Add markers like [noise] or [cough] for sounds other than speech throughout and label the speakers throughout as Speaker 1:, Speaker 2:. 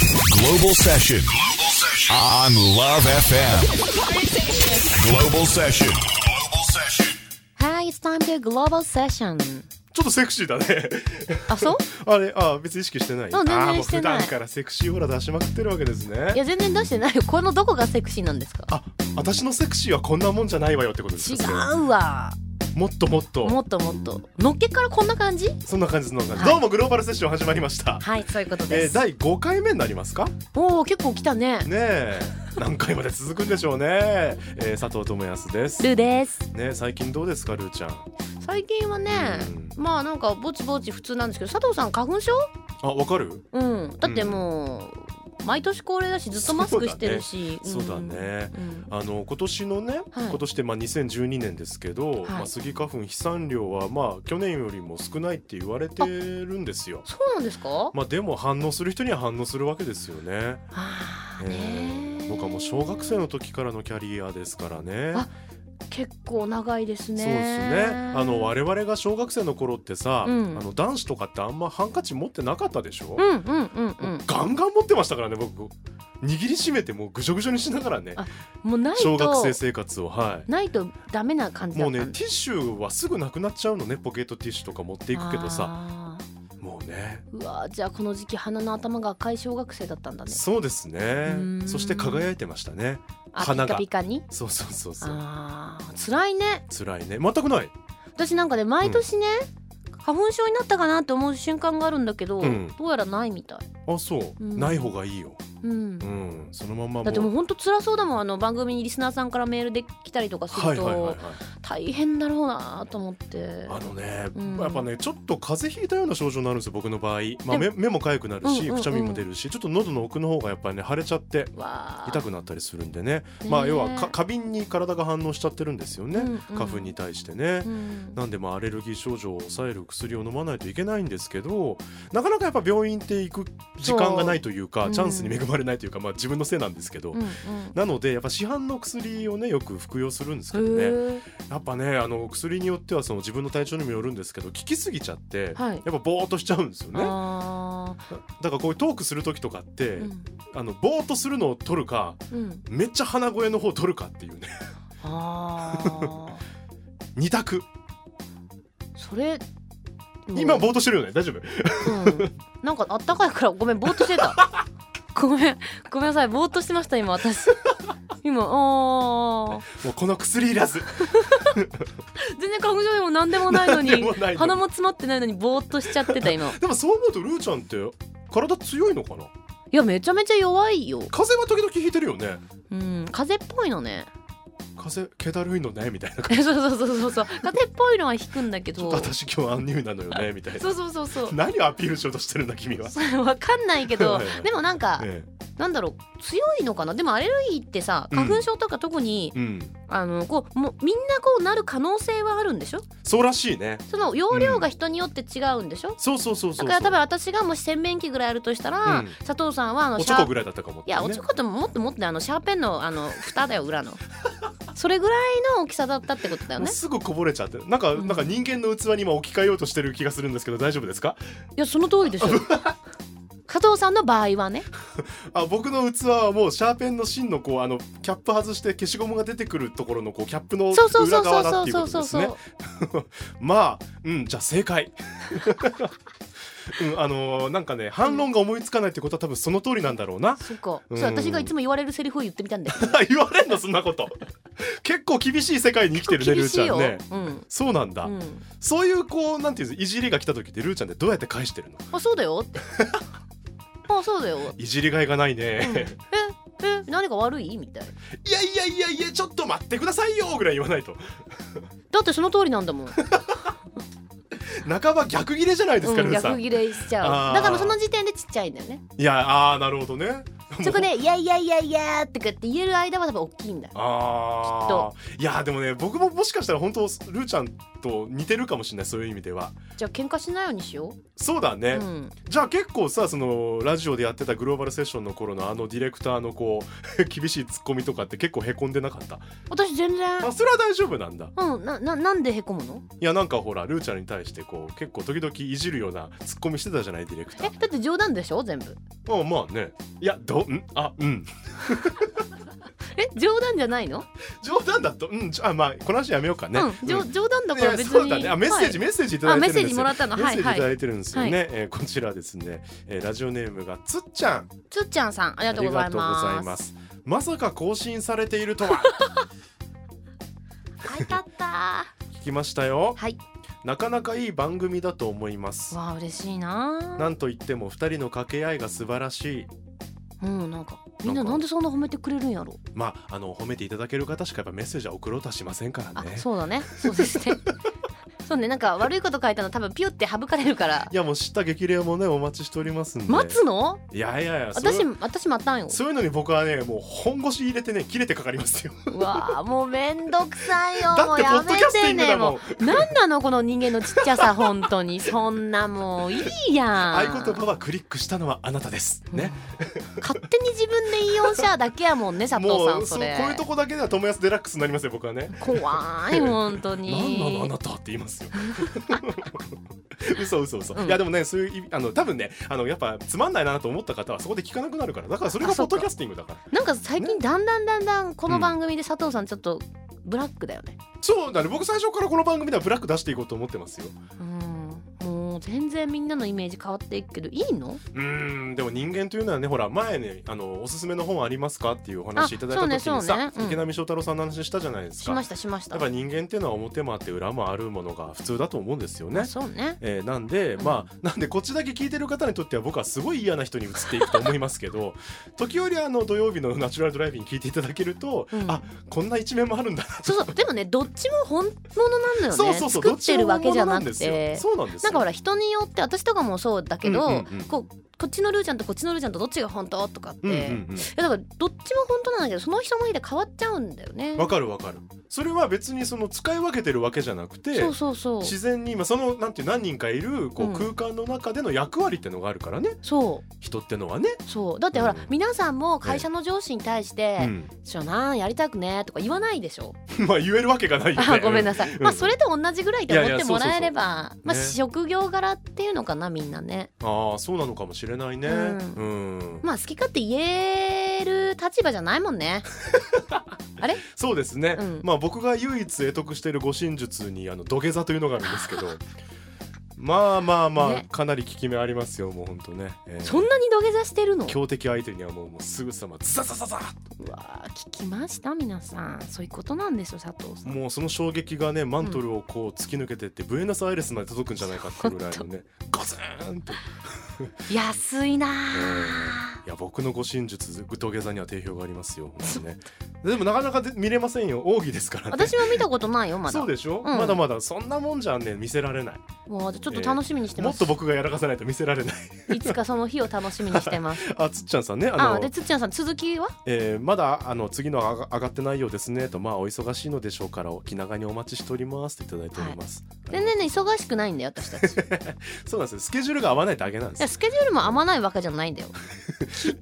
Speaker 1: Global Session. On Love FM. Global Session. Global Session.
Speaker 2: Hi, it's time to global session.
Speaker 3: ちょっとセクシーだね [laughs]
Speaker 2: あ、 [laughs] そう
Speaker 3: あれあ別に意識してな
Speaker 2: うん
Speaker 3: い
Speaker 2: 全然
Speaker 3: あーもう
Speaker 2: して
Speaker 3: 普
Speaker 2: ない
Speaker 3: 段からセクシーオーラ出しまくってるわけです
Speaker 2: い
Speaker 3: ね
Speaker 2: や、全然出してないよ。このどこがセクシーなんですか
Speaker 3: あ私のセクシーはこんなもんじゃないわよってことです
Speaker 2: 違
Speaker 3: かそれ
Speaker 2: うわ。
Speaker 3: もっともっと
Speaker 2: もっともっと。のっけからこんな感じ
Speaker 3: そんな感じそんな感じ、
Speaker 2: はい
Speaker 3: どうもグローバルセッション始まりました、
Speaker 2: はい、そういうこと
Speaker 3: え
Speaker 2: で
Speaker 3: ー
Speaker 2: す。
Speaker 3: 第5回目になりますか
Speaker 2: おお、結構来たね。
Speaker 3: ねえ何回まで続くんでしょうね、えー佐藤智康です
Speaker 2: ル
Speaker 3: ね
Speaker 2: ーです。
Speaker 3: え最近どうですかルーちゃんあ
Speaker 2: 最近はね、まあなんかぼちぼち普通なんですけど、佐藤さん花粉症
Speaker 3: わかる、
Speaker 2: うん。だってもう、毎年恒例だし、ずっとマスクしてるし。
Speaker 3: そうだね
Speaker 2: うん。
Speaker 3: あの今年のね、
Speaker 2: はい
Speaker 3: 今年ってまあ2012年ですけど、
Speaker 2: い
Speaker 3: まあ、スギ花粉飛散量はまあ去年よりも少ないって言われてるんですよ。
Speaker 2: そうなんですか
Speaker 3: まあでも反応する人には反応するわけですよね。
Speaker 2: あー
Speaker 3: え
Speaker 2: ね
Speaker 3: え僕はもう小学生の時からのキャリアですからね。
Speaker 2: あ結構長いですね
Speaker 3: そうですね。あの我々が小学生の頃ってさ、
Speaker 2: うん
Speaker 3: あの男子とかってあんまハンカチ持ってなかったでしょ。
Speaker 2: うんうんうんうん
Speaker 3: ガンガン持ってましたからね僕。握りしめてもうぐしょぐしょにしながらね
Speaker 2: あもうないと
Speaker 3: 小学生生活をはい。
Speaker 2: ないとダメな感じだ
Speaker 3: も
Speaker 2: っ
Speaker 3: う
Speaker 2: た
Speaker 3: ね
Speaker 2: んだ
Speaker 3: ティッシュはすぐなくなっちゃうのねポケットティッシュとか持っていくけどさ
Speaker 2: あ
Speaker 3: もうね
Speaker 2: ーうわーじゃあこの時期鼻の頭が赤い小学生だったんだね
Speaker 3: そうです
Speaker 2: う
Speaker 3: ね
Speaker 2: ん
Speaker 3: そして輝いてましたね
Speaker 2: あ
Speaker 3: 鼻
Speaker 2: ピ
Speaker 3: が
Speaker 2: カピカに
Speaker 3: そうそうそうそう
Speaker 2: あー辛いね
Speaker 3: 辛いね全くない
Speaker 2: 私なんかね毎年ね、花粉症になったかなって思う瞬間があるんだけど、
Speaker 3: うん
Speaker 2: どうやらないみたい、
Speaker 3: あそう、
Speaker 2: うん
Speaker 3: ない方がいいよ
Speaker 2: うん
Speaker 3: うんそのまんま
Speaker 2: だっても
Speaker 3: も
Speaker 2: う
Speaker 3: う
Speaker 2: ほんと辛そうだもんあの番組にリスナーさんからメールで来たりとかす
Speaker 3: は
Speaker 2: る
Speaker 3: い
Speaker 2: と、
Speaker 3: はいはいはい
Speaker 2: 大変だろうなと思って
Speaker 3: あのね、
Speaker 2: うん
Speaker 3: やっぱねちょっと風邪ひいたような症状になるんですよ僕の場合、まあ、
Speaker 2: で
Speaker 3: 目目も痒くなる
Speaker 2: うん
Speaker 3: し
Speaker 2: うんうん
Speaker 3: くしゃみも出るしちょっと喉の奥の方がやっぱりね腫れちゃって
Speaker 2: わー
Speaker 3: 痛くなったりするんでねまあ
Speaker 2: ね
Speaker 3: 要はか過敏に体が反応しちゃってるんですよね、
Speaker 2: うんうん
Speaker 3: 花粉に対してね
Speaker 2: う、ん
Speaker 3: なんでまあアレルギー症状を抑える薬を飲まないといけないんですけどなかなかやっぱ病院って行く時間がないというか
Speaker 2: そう
Speaker 3: チャンスに恵まれないというか、まあ、自分のせいなんですけど、
Speaker 2: うんうん
Speaker 3: なのでやっぱ市販の薬をねよく服用するんですけど
Speaker 2: へ
Speaker 3: ね
Speaker 2: ー
Speaker 3: やっぱねあの薬によってはその自分の体調にもよるんですけど効きすぎちゃって、
Speaker 2: はい
Speaker 3: やっぱぼーっとしちゃうんですよねだ
Speaker 2: あ
Speaker 3: だからこういうトークする時とかって、
Speaker 2: ーうん
Speaker 3: あのぼーっとするのを取るか
Speaker 2: [laughs] うん
Speaker 3: めっちゃ鼻声の方を取るかっていうね
Speaker 2: あー
Speaker 3: 二択
Speaker 2: [laughs] それ
Speaker 3: 今
Speaker 2: ぼ、
Speaker 3: ぼーっとしてるよね大丈夫
Speaker 2: うん、なんかあったかいからごめんぼーっとして [laughs] たごめんごめんなさいぼーっとしてました今 [laughs] 私今あー
Speaker 3: もうこの薬いらず
Speaker 2: 全然花粉症でも何でもないの
Speaker 3: 何で
Speaker 2: に
Speaker 3: もないのに
Speaker 2: 鼻も詰まってないのにぼーっとしちゃってた今 [laughs] い
Speaker 3: でもそう思うとルーちゃんって体強いのかな
Speaker 2: やめちゃめちゃ弱いよ
Speaker 3: 風邪は時々ひいてるよね
Speaker 2: うん風邪っぽいのね
Speaker 3: 風邪気だるいのねみたいな感
Speaker 2: [laughs] そう
Speaker 3: じ
Speaker 2: そうそうそうそう風邪っぽいのは引くんだけ
Speaker 3: ちょ
Speaker 2: ど
Speaker 3: っと私今日アンニュイなのよねみたい
Speaker 2: そう
Speaker 3: な
Speaker 2: そうそうそう
Speaker 3: 何をアピールしようとしてるんだ君は、
Speaker 2: そう [laughs] わかんないけど
Speaker 3: はいはい
Speaker 2: でもなんか、
Speaker 3: え
Speaker 2: なんだろう強いのかなでもアレルギーってさ
Speaker 3: うん
Speaker 2: 花粉症とか特に、
Speaker 3: えうん
Speaker 2: あのこうもうみんなこうなる可能性はあるんでしょ
Speaker 3: そうらしいね
Speaker 2: その容量が人によって違うんでしょ、
Speaker 3: そうそうそうそ
Speaker 2: だ
Speaker 3: う
Speaker 2: から多分私がもし洗面器ぐらいあるとしたら、
Speaker 3: うん
Speaker 2: 佐藤さんはあの
Speaker 3: お
Speaker 2: シ
Speaker 3: ちょ
Speaker 2: ャ
Speaker 3: こ
Speaker 2: ー
Speaker 3: ぐらいだったかもって
Speaker 2: い
Speaker 3: ね、
Speaker 2: やおちょこってももっともっとあのシャーペンのあの蓋だよ
Speaker 3: [laughs]
Speaker 2: 裏のそれぐらいの大きさだったってことだよ
Speaker 3: もう
Speaker 2: ね
Speaker 3: すぐこぼれちゃってなんか、
Speaker 2: うん
Speaker 3: なんか人間の器に今置き換えようとしてる気がするんですけど大丈夫ですか
Speaker 2: いやその通りでしょ佐藤さんの場合はね
Speaker 3: あ僕の器はもうシャーペンの芯のこうあのキャップ外して消しゴムが出てくるところのこうキャップの
Speaker 2: そうそうそ
Speaker 3: 裏
Speaker 2: うそ
Speaker 3: 側
Speaker 2: う
Speaker 3: だ
Speaker 2: そ
Speaker 3: って
Speaker 2: う
Speaker 3: い
Speaker 2: そ
Speaker 3: うこ
Speaker 2: う
Speaker 3: と
Speaker 2: そう
Speaker 3: ですねまあうんじゃあ正解 [laughs] うんあのーなんかね反論が思いつかないってことは多分その通りなんだろうな [laughs]
Speaker 2: そっか、
Speaker 3: うん
Speaker 2: そう私がいつも言われるセリフを言ってみたんだ
Speaker 3: [laughs]
Speaker 2: よ
Speaker 3: 言われんのそんなこと結構厳しい世界に生きてるねル
Speaker 2: 厳
Speaker 3: ー
Speaker 2: し
Speaker 3: ち
Speaker 2: い
Speaker 3: ゃ
Speaker 2: よ、
Speaker 3: んね
Speaker 2: うん
Speaker 3: そうなんだ、
Speaker 2: うん、
Speaker 3: そういうこうなんていうんですいじりが来た時ってルーちゃんってどうやって返してるの
Speaker 2: あそうだよ
Speaker 3: [laughs]
Speaker 2: ってあそうだよ、うん
Speaker 3: いじりがいが [laughs] ないね、
Speaker 2: ええ何か悪いみたいない
Speaker 3: やいやいやいやちょっと待ってくださいよぐらい言わないと
Speaker 2: だってその通りなんだも
Speaker 3: [laughs]
Speaker 2: ん、
Speaker 3: 半ば逆切れじゃないですか、
Speaker 2: うん
Speaker 3: ルーさ
Speaker 2: 逆
Speaker 3: ん
Speaker 2: 切れしちゃ
Speaker 3: あー
Speaker 2: うだからもうその時点でちっちゃいんだよ
Speaker 3: [laughs]
Speaker 2: ね
Speaker 3: いやあーなるほどね
Speaker 2: そこで「いやいやいやいや」ってかって言える間は多分大きいんだきっ
Speaker 3: あ
Speaker 2: と
Speaker 3: ーいやでもね僕ももしかしたら本当ルーちゃんと似てるかもしれないそういう意味では
Speaker 2: じゃあ喧嘩しないようにしよ
Speaker 3: そうだ
Speaker 2: う、
Speaker 3: ね、
Speaker 2: うん、
Speaker 3: じゃあ結構さそのラジオでやってたグローバルセッションの頃のあのディレクターのこう [laughs] 厳しいツッコミとかって結構へこんでなかった
Speaker 2: 私全然
Speaker 3: あそれは大丈夫なんだ
Speaker 2: うんなななんでへこむの
Speaker 3: いやなんかほらルーちゃんに対してこう結構時々いじるようなツッコミしてたじゃないディレクタ
Speaker 2: えだって冗談でしょ全部
Speaker 3: ーあまあねいやどうんあうん
Speaker 2: え冗談じゃないの、
Speaker 3: 冗談だとうんちょあまあこの話やめようかね、
Speaker 2: うんじょ
Speaker 3: うん
Speaker 2: 冗談だ
Speaker 3: い
Speaker 2: から
Speaker 3: や
Speaker 2: 別に
Speaker 3: そうだねあメッセージ、
Speaker 2: はい
Speaker 3: メッセージいただい
Speaker 2: あメ
Speaker 3: てるんですよ
Speaker 2: ッセージもらったの
Speaker 3: メッセージ
Speaker 2: はいはい
Speaker 3: いただいてるんですよね、えーこちらですね、えーラジオネームがつっちゃん
Speaker 2: つっちゃんさんあり
Speaker 3: あ
Speaker 2: がとうござい
Speaker 3: りがとうござい
Speaker 2: ま
Speaker 3: ますすまさか更新されている
Speaker 2: [laughs]
Speaker 3: とは
Speaker 2: 会いたったー
Speaker 3: 聞きましたよ
Speaker 2: はい
Speaker 3: なかなかいい番組だと思います
Speaker 2: わあ嬉しいな
Speaker 3: なんといっても二人の掛け合いが素晴らしい
Speaker 2: うんなんかみんななんでそんな褒めてくれるんやろ
Speaker 3: まああの褒めていただける方しかやっぱメッセージは送ろうとはしませんから
Speaker 2: あ
Speaker 3: ね
Speaker 2: そうだねそうです
Speaker 3: [laughs]
Speaker 2: ねそうねなんか悪いこと書いたの多分ピュって省かれるから
Speaker 3: いやもう知った激励もねお待ちしておりますんで
Speaker 2: 待つの
Speaker 3: いやいやいやそう
Speaker 2: 私私待ったんよ
Speaker 3: そういうのに僕はねもう本腰入れてね切れてかかりますよ
Speaker 2: うわあ [laughs] もうめんどくさいよ
Speaker 3: [laughs] だ
Speaker 2: も
Speaker 3: っ
Speaker 2: う
Speaker 3: てポ
Speaker 2: や
Speaker 3: ッドキャ
Speaker 2: め
Speaker 3: スティ
Speaker 2: て
Speaker 3: ングだ
Speaker 2: ね
Speaker 3: もん
Speaker 2: もうなんなのこの人間のちっちゃさ本当にそんなもういいやん
Speaker 3: 合言葉はクリックしたのはあなたですね
Speaker 2: 勝手に自分で言いようしゃだけやもんね佐藤さ
Speaker 3: も
Speaker 2: ん
Speaker 3: う
Speaker 2: そ
Speaker 3: そうこ
Speaker 2: れ
Speaker 3: ういうとこだけでは友安デラックスになりますよ僕はね
Speaker 2: 怖い本当
Speaker 3: な
Speaker 2: に
Speaker 3: んなのあなたって言いま
Speaker 2: [laughs]
Speaker 3: すよ嘘嘘嘘、
Speaker 2: うん
Speaker 3: いやでもねそういういあの多分ねあのやっぱつまんないなと思った方はそこで聞かなくなるからだからそれ
Speaker 2: あ
Speaker 3: がポ
Speaker 2: そ
Speaker 3: ッ
Speaker 2: っ
Speaker 3: ド
Speaker 2: か
Speaker 3: キャスティングだから
Speaker 2: なんか最近だんだんだんだんこ
Speaker 3: う
Speaker 2: の
Speaker 3: ん
Speaker 2: 番組で佐藤さんちょっとブラックだよね
Speaker 3: そうだね僕最初からこの番組ではブラック出していこうと思ってますよ
Speaker 2: うんもう全然みんなのイメージ変わっていくけどいいの
Speaker 3: うーんでも人間というのはねほら前ねあのおすすめの本ありますかっていうお話いただいた時に
Speaker 2: あそうね
Speaker 3: さ、
Speaker 2: そうねうん
Speaker 3: 池波正太郎さんの話したじゃないです
Speaker 2: し
Speaker 3: か
Speaker 2: ましたしました
Speaker 3: やっぱ人間っていうのは表もあって裏もあるものが普通だと思うんですよね
Speaker 2: あ。そうね
Speaker 3: えーなんで、
Speaker 2: うん
Speaker 3: まあなんでこっちだけ聞いてる方にとっては僕はすごい嫌な人に移っていくと思います
Speaker 2: [laughs]
Speaker 3: けど時折あの土曜日の「ナチュラルドライビング」聞いていただけると、
Speaker 2: うん
Speaker 3: あこんな一面もあるんだな
Speaker 2: そうそうでもねどっちも本物なんだよね
Speaker 3: そうそうそう
Speaker 2: 作ってるわけじゃな
Speaker 3: どっ
Speaker 2: く
Speaker 3: ちも本物なんで
Speaker 2: て
Speaker 3: すよそうなんです
Speaker 2: な
Speaker 3: よ
Speaker 2: んかほら人によって私とかもそうだけど、
Speaker 3: うんうんうん
Speaker 2: こうこっちのルーちゃんとこっちのルーちゃんとどっちが本当とかって、
Speaker 3: うんうん
Speaker 2: いやだからどっちも本当なんだけどその日その日で変わっちゃうんだよね
Speaker 3: うんわかるわかるそれは別にその使い分けてるわけじゃなくて
Speaker 2: そうそうそう
Speaker 3: 自然に今そのなんていう何人かいるこ
Speaker 2: う
Speaker 3: うん空間の中での役割ってのがあるからね、
Speaker 2: そ
Speaker 3: 人ってのはね。
Speaker 2: うそうだってほら、
Speaker 3: うん
Speaker 2: 皆さんも会社の上司に対して
Speaker 3: う
Speaker 2: 「ちょなんやりたくね」とか言わないでしょ、
Speaker 3: [laughs] ん、まあ言えるわけがないよね。
Speaker 2: あごめんなさい、
Speaker 3: うん
Speaker 2: まあそれと同じぐらいと
Speaker 3: いや
Speaker 2: 思っ
Speaker 3: いや
Speaker 2: て
Speaker 3: そう
Speaker 2: も
Speaker 3: そうそう
Speaker 2: らえればまあ
Speaker 3: ね
Speaker 2: 職業柄っていうのかなみんなね
Speaker 3: ああそうなのかもしれないね。う。
Speaker 2: うんまあ好き勝手言える立場じゃないもんねあれ
Speaker 3: そうですね。
Speaker 2: うん
Speaker 3: まあ僕が唯一得得している護身術にあの土下座というのがあるんです
Speaker 2: [laughs]
Speaker 3: けど。まあまあまあ、
Speaker 2: ね
Speaker 3: かなり効き目ありますよもう本当ね。えー
Speaker 2: そんなに土下座してるの
Speaker 3: 強敵相手にはもうもうすぐさまズザザザザ
Speaker 2: うわー聞きました皆さんそういうことなんですよ佐藤さん
Speaker 3: もうその衝撃がねマントルをこう突き抜けてって、ブエノスアイレスまで届くんじゃないかってぐらいの
Speaker 2: [laughs]
Speaker 3: ねガツンと
Speaker 2: 安いなー
Speaker 3: いや僕の護身術土下座には定評がありますよ、本当にね、でもなかなかで見れませんよ奥義ですからね
Speaker 2: 私は見たことないよまだ
Speaker 3: そうでしょ、
Speaker 2: うん
Speaker 3: まだまだそんなもんじゃね見せられない
Speaker 2: わあじゃあちょっと楽しみにして
Speaker 3: も
Speaker 2: ま
Speaker 3: っ
Speaker 2: す、
Speaker 3: と僕がやらかさないと見せられない
Speaker 2: いつかその日を楽しみにしてます
Speaker 3: あつっちゃんさん [laughs] ねあ
Speaker 2: あ
Speaker 3: の
Speaker 2: でつっちゃんさん続きは
Speaker 3: えーまだあの次の上が上がってないようですねとまあお忙しいのでしょうからお気長にお待ちしておりますといただいております、
Speaker 2: 全然ね忙しくないんだよ私たちい
Speaker 3: そうなんですよスケジュールが合わないだけなんです
Speaker 2: や
Speaker 3: よ
Speaker 2: スケジュールも合わないわけじゃないんだ
Speaker 3: [laughs]
Speaker 2: よ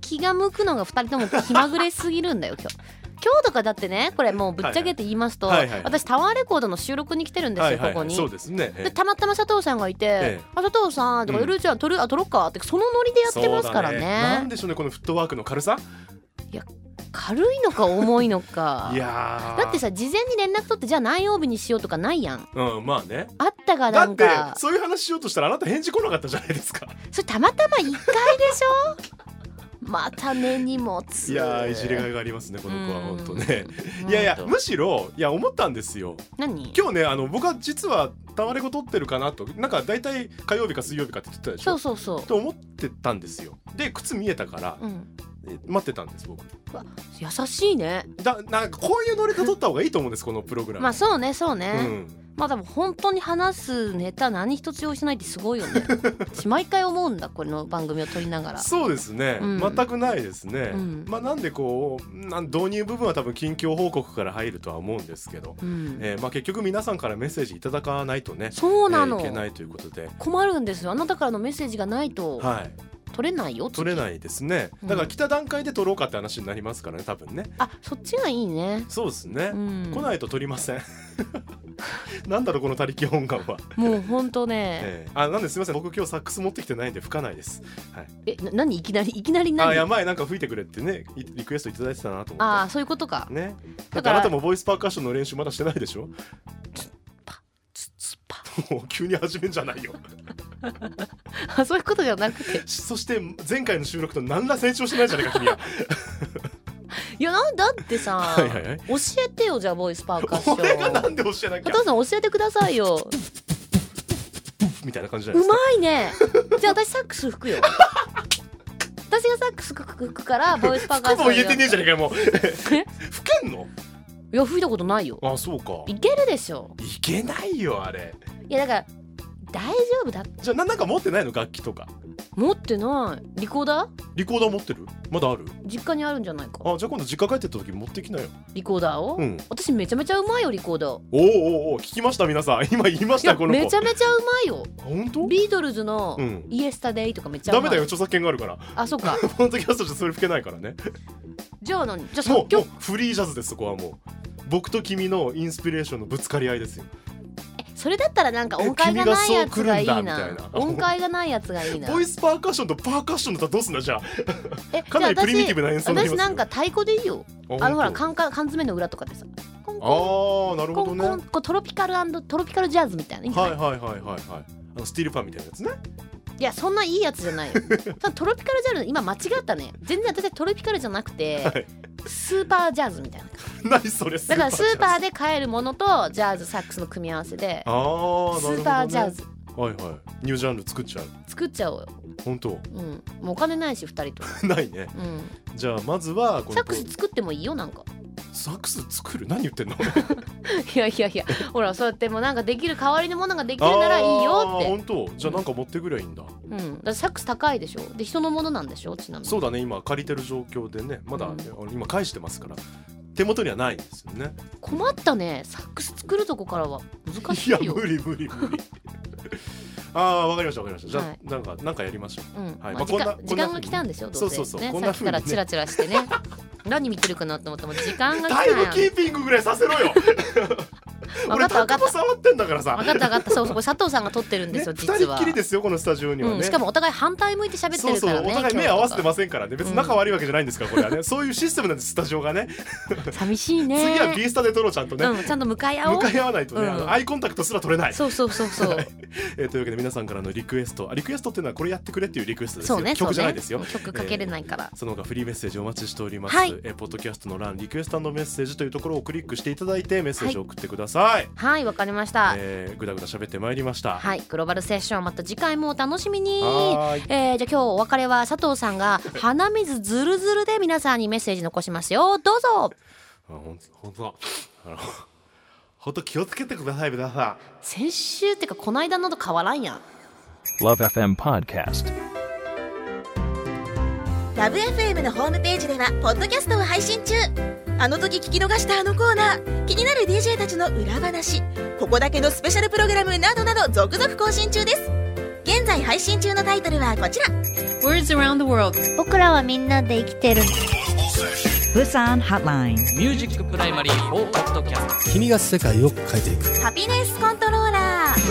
Speaker 2: き気が向くのが2人とも気まぐれすぎるんだよ今日今日とかだってねこれもうぶっちゃけて言いますと、
Speaker 3: はいはいはいはい
Speaker 2: 私タワーレコードの収録に来てるんですよ、
Speaker 3: はいはい
Speaker 2: ここ
Speaker 3: はい
Speaker 2: に
Speaker 3: そうですね、えー
Speaker 2: でたまたま佐藤さんがいて「
Speaker 3: ええ
Speaker 2: あ佐藤さん」とか「
Speaker 3: うん
Speaker 2: ゆるちゃん撮るあ撮ろっか」ってそのノリでやってますからね
Speaker 3: そうだなんでしょうねこのフットワークの軽さ
Speaker 2: 軽いのか重いのか
Speaker 3: [laughs] いやー
Speaker 2: だってさ事前に連絡取ってじゃあ何曜日にしようとかないやん
Speaker 3: うんまあね
Speaker 2: あったが
Speaker 3: だ
Speaker 2: な
Speaker 3: っ
Speaker 2: ん
Speaker 3: て
Speaker 2: か
Speaker 3: そういう話しようとしたらあなた返事来なかったじゃないですか
Speaker 2: それたまたま1回でしょ [laughs] またね荷物
Speaker 3: いやーいじれがいがありますねこの子は
Speaker 2: うん
Speaker 3: 本当ね
Speaker 2: うん
Speaker 3: いやいや
Speaker 2: ほんと
Speaker 3: むしろいや思ったんですよ
Speaker 2: 何
Speaker 3: 今日ねあの僕は実はタワレコ撮ってるかなとなんか大体火曜日か水曜日かって言ってたでし
Speaker 2: そ
Speaker 3: ょ
Speaker 2: うそうそう
Speaker 3: と思ってたんですよで靴見えたから、
Speaker 2: うん、
Speaker 3: え待ってたんです僕
Speaker 2: 優しいね
Speaker 3: だなんかこういうノリで撮った方がいいと思うんですこのプログラム、
Speaker 2: まあそうねそうね、
Speaker 3: うん、
Speaker 2: まあでも本当に話すネタ何一つ用意してないってすごいよ
Speaker 3: [laughs]
Speaker 2: ね私毎回思うんだこの番組を撮りながら
Speaker 3: そうですね、
Speaker 2: うん
Speaker 3: 全くないですね、
Speaker 2: うん
Speaker 3: まあなんでこうなん導入部分は多分近況報告から入るとは思うんですけど、
Speaker 2: うん
Speaker 3: えーまあ、結局皆さんからメッセージいただかないとね
Speaker 2: そうな
Speaker 3: え
Speaker 2: の、
Speaker 3: ーいけないということで、
Speaker 2: 困るんですよあなたからのメッセージがないと
Speaker 3: はい、
Speaker 2: 取れないよ
Speaker 3: 取れ
Speaker 2: い
Speaker 3: ないですねだから来た段階で取ろうかって話になりますからね多分ね
Speaker 2: あそっちがいいね
Speaker 3: そうですね
Speaker 2: う、ん
Speaker 3: 来ないと取りません [laughs] なんだろうこの他力本願は、
Speaker 2: もう本当ね
Speaker 3: ええあなんですみません僕今日サックス持ってきてないんで吹かないです
Speaker 2: えな何いきなりいきなり
Speaker 3: あ
Speaker 2: 何
Speaker 3: いや前なんか吹いてくれってねいリクエストいただいてたなと思って
Speaker 2: ああそういうことかだ
Speaker 3: ねだって
Speaker 2: から
Speaker 3: あなたもボイスパーカッションの練習まだしてないでしょ [laughs]
Speaker 2: つつぱ
Speaker 3: もう急に始めんじゃないよ [laughs]
Speaker 2: あそういうことじゃなくて
Speaker 3: そして前回の収録と何ら成長してないじゃないか君
Speaker 2: [laughs]
Speaker 3: は
Speaker 2: いやなんだってさ
Speaker 3: [laughs] はいはいはい
Speaker 2: 教えてよじゃあボイスパーカッショ
Speaker 3: 俺がな
Speaker 2: ン
Speaker 3: んで教えなき
Speaker 2: 加
Speaker 3: ゃ
Speaker 2: 藤さん教えてくださいよ
Speaker 3: みたいな感じじゃないうですか
Speaker 2: まいねじゃあ私サックス吹く
Speaker 3: [laughs]
Speaker 2: よ私がサックス吹くからボイスパーカッション
Speaker 3: 服も言えてね
Speaker 2: [laughs]
Speaker 3: え
Speaker 2: え
Speaker 3: じゃねえかよもう吹けんの
Speaker 2: いや吹いたことないよ
Speaker 3: あそうか
Speaker 2: いけるでしょ
Speaker 3: いけないよあれ
Speaker 2: いやだから大丈夫だって
Speaker 3: じゃあななんか持ってないの楽器とか
Speaker 2: 持ってないリコーダー
Speaker 3: リコーダー持ってるまだある
Speaker 2: 実家にあるんじゃないか
Speaker 3: あじゃあ今度実家帰ってった時持ってきなよ
Speaker 2: リコーダーを、
Speaker 3: うん
Speaker 2: 私めちゃめちゃうまいよリコーダー
Speaker 3: おーおーおー聞きました皆さん今言いまし
Speaker 2: い
Speaker 3: た
Speaker 2: や
Speaker 3: よこの子
Speaker 2: めちゃめちゃうまいよ
Speaker 3: あ本当
Speaker 2: ビートルズの
Speaker 3: うん
Speaker 2: 「イエスタデイ」とかめっちゃうま
Speaker 3: ダ
Speaker 2: い
Speaker 3: メだよ著作権があるから
Speaker 2: あそう
Speaker 3: [laughs]
Speaker 2: か
Speaker 3: ポッドキャストじゃそれ吹けないからね
Speaker 2: じゃあ何じゃあ
Speaker 3: も
Speaker 2: 作
Speaker 3: うもう
Speaker 2: 曲
Speaker 3: フリージャズですそこはもう僕と君のインスピレーションのぶつかり合いですよ
Speaker 2: えそれだったらなんか
Speaker 3: え
Speaker 2: 音階がないやつがいいな
Speaker 3: 君がそう来るんだみたいな
Speaker 2: 音階がないやつがいいな
Speaker 3: [laughs] ボイスパーカッションとパーカッションだったらどうすんだじゃあ
Speaker 2: え
Speaker 3: かなり
Speaker 2: じゃあ
Speaker 3: プリミティブな演奏になります
Speaker 2: 私
Speaker 3: よ
Speaker 2: なんか太鼓でいいよ
Speaker 3: あ
Speaker 2: あのほら
Speaker 3: 本
Speaker 2: カンカン缶詰の裏とかでさコン
Speaker 3: 当
Speaker 2: コン
Speaker 3: あーなるほ
Speaker 2: コ
Speaker 3: ど
Speaker 2: ン
Speaker 3: ね
Speaker 2: コンこうトロピカルトロピカルジャズみたいないいんじゃ
Speaker 3: は
Speaker 2: ない
Speaker 3: いはいはいはいはいあのスティールパンみたいなやつね [laughs]
Speaker 2: いやそんないいやつじゃないよそのトロピカルジャズ今間違ったね全然私はトロピカルじゃなくて、
Speaker 3: はい
Speaker 2: スーパージャズみたいな
Speaker 3: 何それ
Speaker 2: だからスーパー
Speaker 3: で
Speaker 2: で買えるものとジャズサックスの組み合わせで
Speaker 3: あー
Speaker 2: ス
Speaker 3: なるほど、ね、
Speaker 2: ーパージャズ
Speaker 3: はいはいニュージャンル作っちゃう
Speaker 2: 作っちゃおうよ、
Speaker 3: 本当 [laughs]
Speaker 2: うん、もうお金ないし2人とも、
Speaker 3: ないね
Speaker 2: う
Speaker 3: じゃあまずはこ
Speaker 2: ん、
Speaker 3: の
Speaker 2: サックス作ってもいいよなんか
Speaker 3: サックス作る何言ってんの
Speaker 2: いやいやいやほらそうやってもうなんかできる代わりのものができるならいいよ
Speaker 3: あー
Speaker 2: って
Speaker 3: 本当じゃあなんか持ってくりゃいいんだ、
Speaker 2: うん、だってサックス高いでしょで人のものなんでしょちなみに
Speaker 3: そうだね今借りてる状況でねまだ、ねあの今返してますから手元にはないんですよね
Speaker 2: 困ったねサックス作るとこからは難し
Speaker 3: い
Speaker 2: い
Speaker 3: や
Speaker 2: よ
Speaker 3: 無理無理無理 [laughs] ああわかりましたわかりましたじゃあ、
Speaker 2: はい
Speaker 3: なんかなんかやりましょう
Speaker 2: うん
Speaker 3: はい
Speaker 2: まあ、
Speaker 3: まあこ
Speaker 2: 時
Speaker 3: んな
Speaker 2: 間時間が来たんでしょどうせ
Speaker 3: そうそうそうこ
Speaker 2: ね
Speaker 3: ん
Speaker 2: さ
Speaker 3: な
Speaker 2: っ
Speaker 3: ふ
Speaker 2: きからチ
Speaker 3: うにね
Speaker 2: ラチラしてね [laughs] 何見てるかなと思っても時間が来
Speaker 3: タイム
Speaker 2: た
Speaker 3: キ
Speaker 2: よ
Speaker 3: ーピングぐらいさせろよ
Speaker 2: 分か
Speaker 3: 俺
Speaker 2: った
Speaker 3: タ
Speaker 2: 分かっ
Speaker 3: クト
Speaker 2: た
Speaker 3: 触ってんだからさ
Speaker 2: 分かった分かったそうそうこれ佐藤さんが撮ってるんで
Speaker 3: ね
Speaker 2: すよ、
Speaker 3: 二
Speaker 2: 実
Speaker 3: 人
Speaker 2: は
Speaker 3: っきりですよこのスタジオにはね、
Speaker 2: うん、しかもお互い反対向いて喋って
Speaker 3: そう
Speaker 2: る
Speaker 3: そ
Speaker 2: か
Speaker 3: う
Speaker 2: らね
Speaker 3: お互い目合わせて
Speaker 2: 今日
Speaker 3: ませんからね別に仲悪いわけじゃないんですから、
Speaker 2: [laughs]
Speaker 3: これはねそういうシステムなんですスタジオがね
Speaker 2: とか寂しいね
Speaker 3: 次は B スタで撮ろうちゃんとね、
Speaker 2: うん、ちゃんと向かい合おう
Speaker 3: 向かい合わないとね、
Speaker 2: うん
Speaker 3: あのアイコンタクトすら取れない、
Speaker 2: そうそうそうそう
Speaker 3: えーというわけで皆さんからのリクエストあリクエストっていうのはこれやってくれっていうリクエストですよ
Speaker 2: そうね
Speaker 3: 曲じゃないです
Speaker 2: そう
Speaker 3: よ
Speaker 2: ね、曲かけれないから、
Speaker 3: その他フリーメッセージお待ちしております、
Speaker 2: はい
Speaker 3: えーポッドキャストの欄リクエストメッセージというところをクリックしていただいてメッセージを送ってください、
Speaker 2: はいわかりました、
Speaker 3: えー、ぐだぐだ喋ってまいりました、
Speaker 2: はい、グローバルセッションまた次回もお楽しみに。
Speaker 3: はーい
Speaker 2: えー、じゃあ今日お別れは佐藤さんが鼻水ずるずるで皆さんにメッセージ残しますよ。どうぞ。
Speaker 3: あほんほんとだあのほんと気をつけてください皆さん
Speaker 2: 先週ってかこの間のと変わらんやん。
Speaker 4: Love FM Podcast.
Speaker 5: ラブ f m のホームページではポッドキャストを配信中あの時聞き逃したあのコーナー気になる DJ たちの裏話ここだけのスペシャルプログラムなどなど続々更新中です現在配信中のタイトルはこちら
Speaker 6: Words around the world.
Speaker 7: 僕らはみんなで生きてる
Speaker 8: Busan Hotline.
Speaker 9: ミュージックプライマリー4ポッドキャスト
Speaker 10: 君が世界を変えていく
Speaker 5: ハピネスコントローラース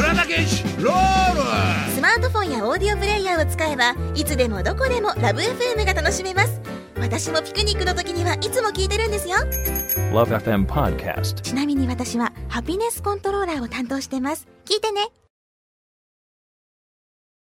Speaker 5: マートフォンやオーディオプレイヤーを使えばいつでもどこでもラブ f m が楽しめます私もピクニックの時にはいつも聞いてるんですよ
Speaker 4: Love FM Podcast.
Speaker 5: ちなみに私はハピネスコントローラーを担当してます聞いてね